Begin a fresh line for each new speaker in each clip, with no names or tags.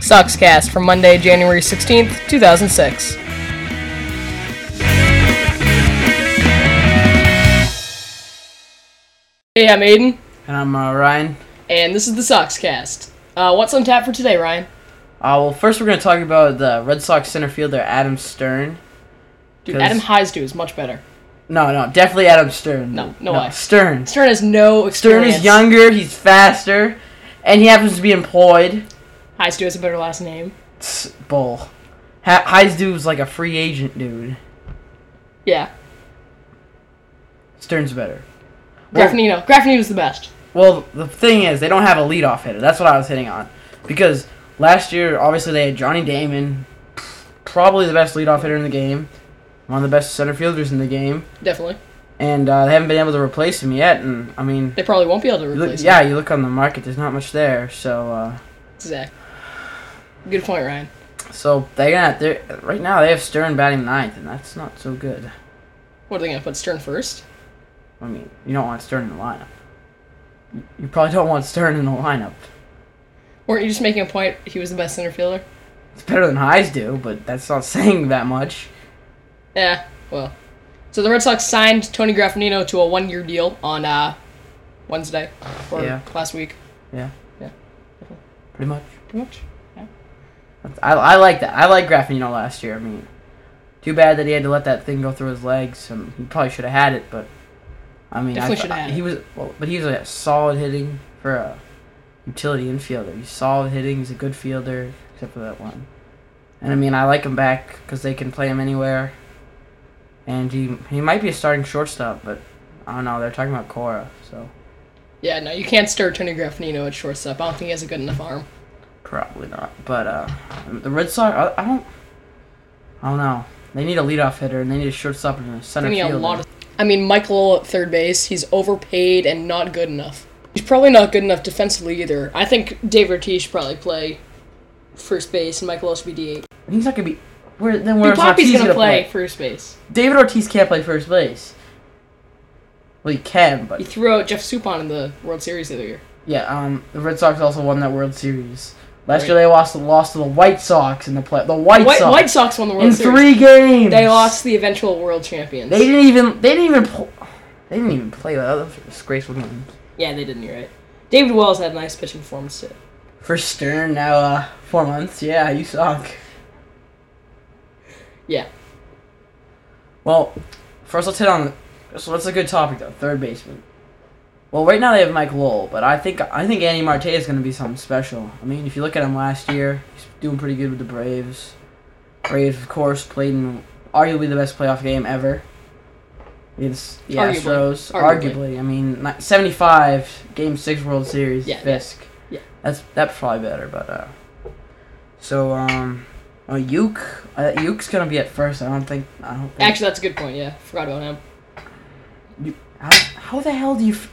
Soxcast for Monday, January 16th, 2006. Hey, I'm Aiden,
And I'm uh, Ryan.
and this is the Soxcast. Uh, what's on tap for today, Ryan?
Uh, well, first we're going to talk about the Red Sox center fielder Adam Stern.
Dude,
'Cause-
Adam Heisdew is much better.
No, no, definitely Adam Stern.
No, no way.
Stern.
Stern has no
Stern
experience.
is younger, he's faster, and he happens to be employed.
Heisdew has a better last name.
It's bull. Ha- Heisdu is like a free agent dude.
Yeah,
Stern's better. Well-
Graffinino. Graffinino's the best.
Well, the thing is, they don't have a leadoff hitter. That's what I was hitting on. Because last year, obviously, they had Johnny Damon, probably the best leadoff hitter in the game, one of the best center fielders in the game.
Definitely.
and uh, they haven't been able to replace him yet. And I mean,
They probably won't be able to
you look-
replace him.
yeah, you look on the market, there's not much there. So, uh,
Exactly. Good point, Ryan.
so they got they right now they have Stern batting ninth, and that's not so good.
What are they going to put Stern first?
I mean, you don't want Stern in the lineup. You- You probably don't want Stern in the lineup.
Weren't you just making a point he was the best center fielder?
It's better than Highs do, but that's not saying that much.
Yeah, well. So the Red Sox signed Tony Graffinino to a one year deal on uh, Wednesday or
Yeah.
last week.
Yeah,
Yeah.
pretty much.
Pretty much. Yeah.
That's- I, I like that. I like Graffinino last year. I mean, too bad that he had to let that thing go through his legs, and he probably should have had it. But I mean, I
Definitely
thought-
shoulda had
he
it.
was well, but he was a solid hitting for a utility infielder. He's solid hitting. He's a good fielder, except for that one. And I mean, I like him back because they can play him anywhere. And he he might be a starting shortstop, but I don't know. They're talking about Cora, so
Yeah, no, you can't stir Tony Graffinino at shortstop. I don't think he has a good enough arm.
Probably not. But uh, the Red Sox, I, I don't, I don't know. They need a leadoff hitter and they need a shortstop and a center
I mean, a
fielder.
lot of. I mean, Mike Lowell at third base, he's overpaid and not good enough. He's probably not good enough defensively either. I think Dave Ortiz should probably play first base and Mike Lowell should be DH.
And he's not gonna be. Where then? Where's
Big Poppy's
Ortiz
going to play first base.
David Ortiz can't play first base. Well, he can,
He
but
threw out Jeff Supon in the World Series the other year.
yeah. Um, the Red Sox also won that World Series last
Right.
year. They lost lost to the White Sox in the play. The White,
White,
Sox
White Sox won the World
in
Series.
three games.
They lost the eventual world champions.
They didn't even. They didn't even. Pl- they didn't even play that. Those were disgraceful games.
yeah, they didn't. You're right. David Wells had a nice pitching performance too.
For Stern now, uh, four months. Yeah, you suck.
Yeah,
Well, first let's hit on. So that's a good topic though. Third baseman. Well, right now they have Mike Lowell, but I think I think Andy Marte is going to be something special. I mean, if you look at him last year, he's doing pretty good with the Braves. Braves, of course, played in arguably the best playoff game ever against the
Arguably.
Astros.
Arguably.
Arguably. I mean, ni- seventy-five Game Six World Series.
Yeah, yeah.
Fisk.
Yeah.
That's that's probably better, but uh. So um, uh, Yuke, uh, Yuke's gonna be at first. I don't think. I don't. Think
actually, that's a good point. Yeah, forgot about him.
how, how the hell do you? F-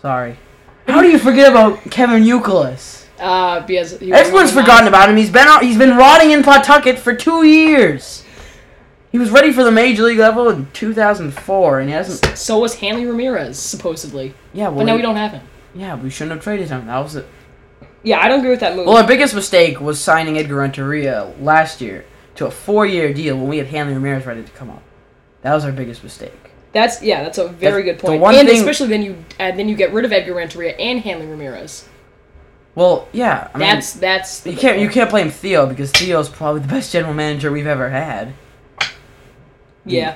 Sorry. How do you forget about Kevin Euclid?
Uh, because he was
Everyone's
one of
forgotten
the-
about him. He's been out, he's been rotting in Pawtucket for two years. He was ready for the major league level in 2004, and he hasn't.
So was Hanley Ramirez supposedly,
Yeah, well,
but now
he-
we don't have him.
Yeah, we shouldn't have traded him. That was it.
Yeah, I don't agree with that move.
Well, our biggest mistake was signing Edgar Renteria last year to a four-year deal when we had Hanley Ramirez ready to come up. That was our biggest mistake.
that's yeah, that's a very good
That's the
point.
one
and
thing-
especially then you and then you get rid of Edgar Renteria and Hanley Ramirez.
Well, yeah, I mean,
that's that's the
You
big
can't you
one.
can't blame Theo because Theo's probably the best general manager we've ever had.
yeah.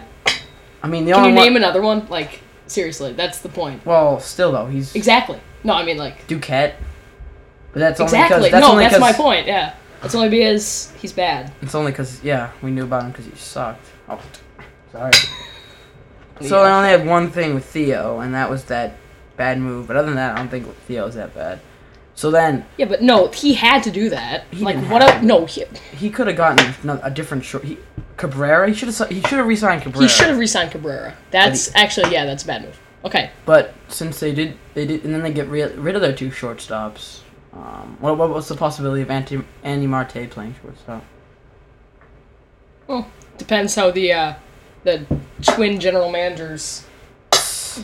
I mean, the
Can
only
you
one,
name another one? Like seriously, that's the point.
well, still though he's
Exactly. No, I mean like
Duquette, but that's only because
exactly.
that's
no,
only
that's
'cause-
my point. Yeah, that's only because he's bad.
It's only because yeah, we knew about him because he sucked. Oh, sorry. So
Yeah.
I only had one thing with Theo, and that was that bad move. But other than that, I don't think Theo's that bad. So then
Yeah, but no, he had to do that.
He
like
didn't
what?
have
A, no, he,
he could have gotten ano- a different short. He, Cabrera, he should have he should have resigned Cabrera.
he should have re-signed Cabrera. That's actually yeah, that's a bad move. Okay,
But since they did, they did, and then they get ri- rid of their two shortstops. Um, what, what what's the possibility of Andy, Andy Marte playing shortstop?
well, depends how the uh, the twin general managers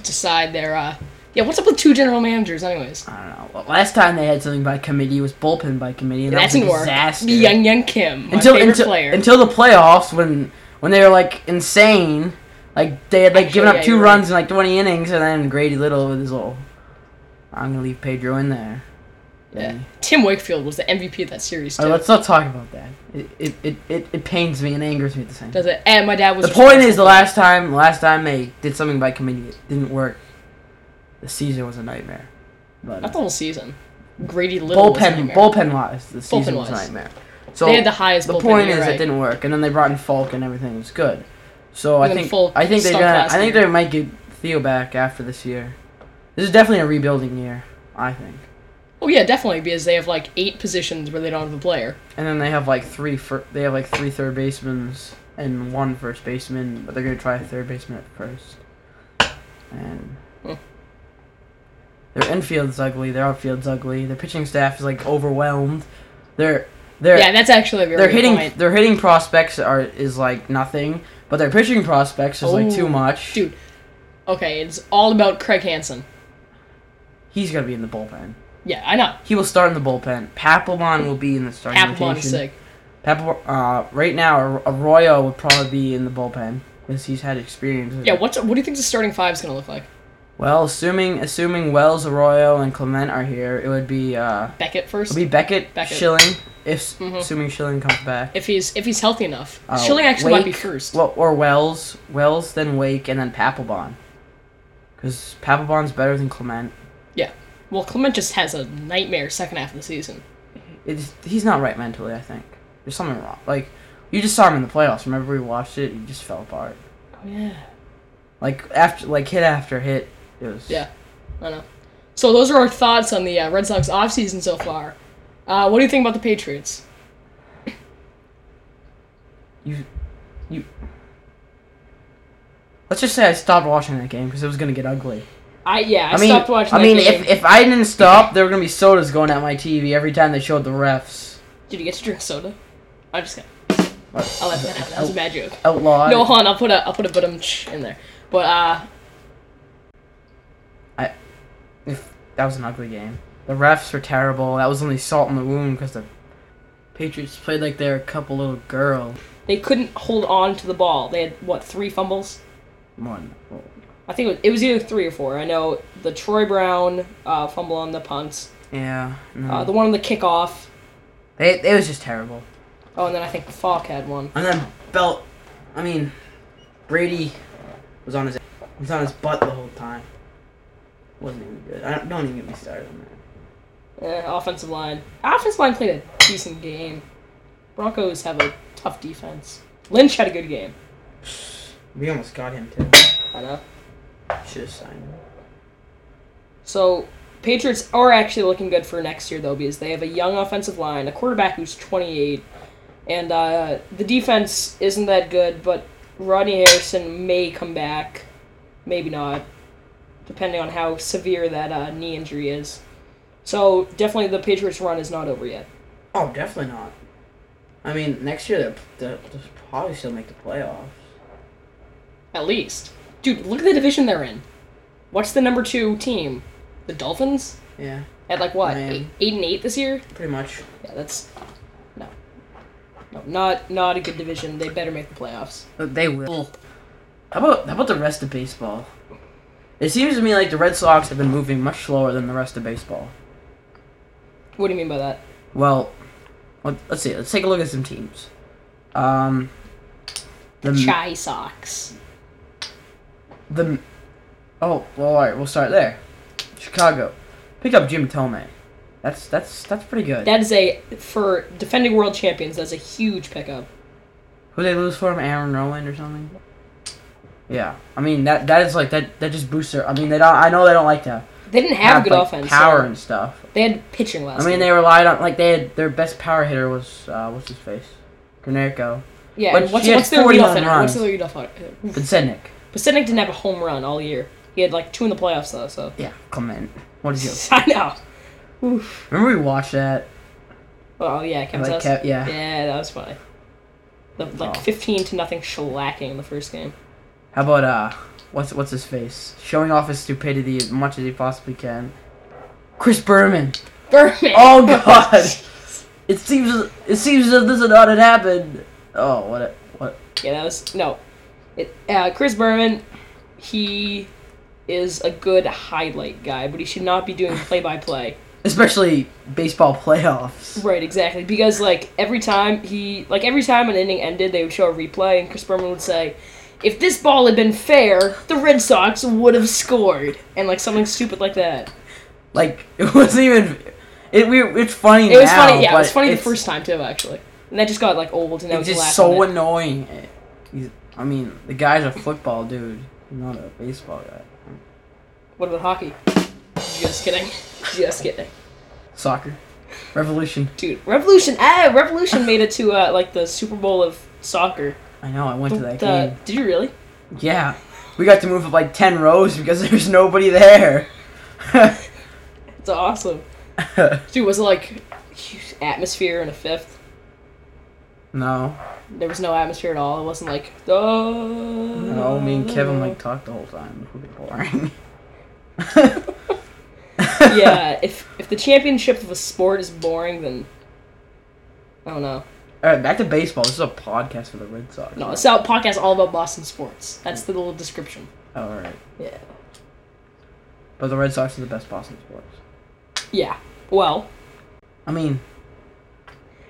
decide their uh, Yeah, what's up with two general managers, anyways?
I don't know. Well, last time they had something by committee it was bullpen by committee. And
That
that was
didn't
a
work.
disaster.
Young Young Kim, my
until
favorite
until,
player.
until the playoffs when when they were like insane, like they had like
Actually,
given up
yeah,
two
you're
runs in like 20 innings, and then Grady Little with his little, I'm gonna leave Pedro in there.
yeah. Tim Wakefield was the MVP of that series too.
All right, oh, let's not talk about that. It it, it, it it pains me and angers me at the same. time.
Does it? And my dad was.
The point is, the last time, the last time they did something by committee, it didn't work. The season was a nightmare. But
Not
uh,
the whole season. Grady Little. was a
bullpen,
nightmare.
bullpen wise, the season was a
Bullpen-wise.
nightmare. So
they had the highest.
the
bullpen,
point
you're
is,
right.
it didn't work, and then they brought in Falk, and everything was good. So
And
I
then
think
Falk
I think they're
stunk
gonna.
last
I think
year.
they might get Theo back after this year. This is definitely a rebuilding year, I think.
Oh yeah, definitely because they have like eight positions where they don't have a player.
And then they have like three. Fir- they have like three third basemans and one first baseman, but they're gonna try a third baseman at first. And
Hmm.
their infield's ugly. Their outfield's ugly. Their pitching staff is like overwhelmed. They're they're
yeah, that's actually a very
they're
good
hitting
point.
their hitting prospects are is like nothing, but their pitching prospects is like too
Oh,
much.
dude. Okay, it's all about Craig Hansen.
He's gonna be in the bullpen.
Yeah, I know.
He will start in the bullpen. Papelbon will be in the starting
Applebaum is
rotation.
sick.
Papel- uh, right now Ar- Arroyo would probably be in the bullpen because he's had experience. with
Yeah,
it.
what's what do you think the starting five is gonna look like?
Well, assuming assuming Wells, Arroyo, and Clement are here, it would be uh,
Beckett first.
it'll be Beckett,
Beckett.
Schilling, if
Mhm.
assuming Schilling comes back.
if he's if he's healthy enough,
Uh,
Schilling actually might be
Wake-
first.
Well, or Wells, Wells, then Wake, and then Papelbon. Because Papelbon's better than Clement.
yeah. Well, Clement just has a nightmare second half of the season.
It's, he's not right mentally. I think there's something wrong. Like you just saw him in the playoffs. Remember we watched it? He just fell apart.
Oh yeah.
Like after like hit after hit. It was
Yeah, I know. So those are our thoughts on the uh, Red Sox offseason so far. Uh, what do you think about the Patriots?
You you. Let's just say I stopped watching that game because it was gonna get ugly.
I yeah, I,
I mean,
stopped watching.
I
that
mean,
game.
if if I didn't stop, there were gonna be sodas going at my TV every time they showed the refs.
did you get to drink soda? I just got.
What?
I'll let that happen. That was a bad joke.
Outlawed.
No, hold on. I'll put a I'll put a butum in there. But uh,
I, if, that was an ugly game. The refs were terrible. That was only salt in the wound because the Patriots played like they're a couple little girl.
they couldn't hold on to the ball. They had what three fumbles?
One.
I think it was, it was either three or four. I know the Troy Brown uh, fumble on the punts,
Yeah. No.
uh, the one on the kickoff.
it, it was just terrible.
Oh, and then I think Falk had one.
And then Belt. I mean, Brady was on his was on his butt the whole time. Wasn't even good. I don't, don't even get me started on that.
Eh, offensive line. Offensive line played a decent game. Broncos have a tough defense. Lynch had a good game.
We almost got him too.
I know.
Should have signed him.
So Patriots are actually looking good for next year though, because they have a young offensive line, a quarterback who's 28, and uh, the defense isn't that good. But Rodney Harrison may come back, maybe not, depending on how severe that uh, knee injury is. So definitely the Patriots' run is not over yet.
Oh, definitely not. I mean, next year they'll, they'll, they'll probably still make the playoffs.
At least, dude, look at the division they're in. What's the number two team? The Dolphins
Yeah,
at like what
Man.
eight, eight and eight this year.
pretty much.
Yeah, that's no, no, not not a good division. They better make the playoffs.
But they will. How about how about the rest of baseball? It seems to me like the Red Sox have been moving much slower than the rest of baseball.
What do you mean by that?
Well, let- let's see. Let's take a look at some teams. Um, the
Chai Sox.
the oh well, all right. We'll start there. Chicago, pick up Jim Tomei. That's that's that's pretty good.
That is a for defending world champions. That's a huge pickup.
Who they lose for him? Aaron Rowland or something? Yeah, I mean that that is like that that just boosts their. I mean they don't. I know they don't like to
They didn't have,
have
good
like,
offense.
power
so-
and stuff.
They had pitching last.
I mean
year.
they relied on like they had their best power hitter was uh, what's his face, Granerico,
yeah.
but
And what's,
she had
what's their
49
leadoff hitter? What's
runs.
their leadoff hitter?
Bedsednik.
Pacific didn't have a home run all year. He had like two in the playoffs though. So
Yeah, Clement. What a joke.
I know. Oof.
Remember we watched that?
Oh yeah, Kevin
Like,
Sess.
Kev- yeah.
Yeah, that was funny. The, like
Oh.
fifteen to nothing shellacking in the first game.
How about uh what's what's his face showing off his stupidity as much as he possibly can. Chris Berman.
Berman.
Oh God. It seems as- it seems as if this had not had happened. Oh what a, what
Yeah, that was no. It uh, Chris Berman, he is a good highlight guy, but he should not be doing play by play.
especially baseball playoffs.
Right, exactly. Because like every time he like every time an inning ended, they would show a replay, and Chris Berman would say, "If this ball had been fair, the Red Sox would have scored," and like something stupid like that.
Like it wasn't even. It we it's funny
It was
now,
funny. Yeah, it was
but
funny the
it's-
first time too, actually. And that just got like old, and now
It's
was
just so annoying. He's- I mean, the guy's a football dude, not a baseball guy.
What about hockey? Just kidding. Just kidding.
Soccer, revolution.
Dude, Revolution. Ah, Revolution made it to uh, like the Super Bowl of soccer.
I know. I went to that
The-
game.
Did you really?
Yeah, we got to move up like ten rows because there's nobody there.
It's awesome. Dude, was it like huge atmosphere and a fifth?
no,
There was no atmosphere at all. It wasn't like oh.
no. Me and Kevin like talked the whole time. It was boring.
yeah, if if the championship of a sport is boring, then I don't know.
All right, back to baseball. This is a podcast for the Red Sox.
No, it's out podcast all about Boston sports. That's the little description.
Oh, all right.
Yeah.
But the Red Sox are the best Boston sports.
Yeah. Well,
I mean,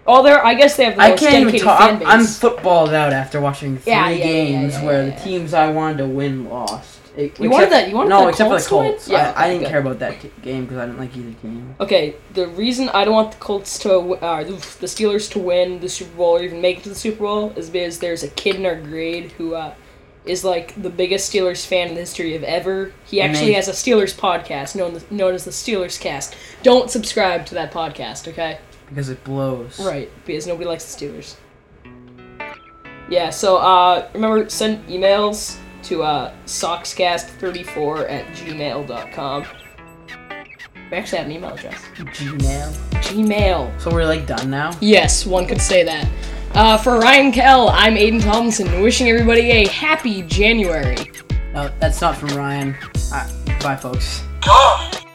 although I guess they have the
I
most
can't even
dedicated
talk.
fan
I'm,
base.
I'm footballed out after watching three
Yeah, yeah, yeah, yeah,
games
yeah,
where
yeah,
the
yeah.
teams I wanted to win lost. It-
You wanted that- you wanted
no,
the
except
Colts to
for the
win?
Colts.
Yeah,
I, I
okay,
didn't
good.
care about that t- game because I didn't like either team.
Okay, the reason I don't want the Colts to, w- uh, oof, the Steelers to win the Super Bowl or even make it to the Super Bowl is because there's a kid in our grade who uh, is like the biggest Steelers fan in the history of ever. He
And
actually
they-
has a Steelers podcast known known as the Steelers Cast. Don't subscribe to that podcast, okay?
because it blows.
Right, because nobody likes the Steelers. Yeah, so uh, remember, send emails to uh, sockscast34 at gmail.com. We actually have an email address.
Gmail.
Gmail.
So we're like done now.
Yes, one could say that. Uh, for Ryan Kell, I'm Aiden Tomlinson, wishing everybody a happy January.
No, that's not from Ryan. Uh, bye, folks.
Duh.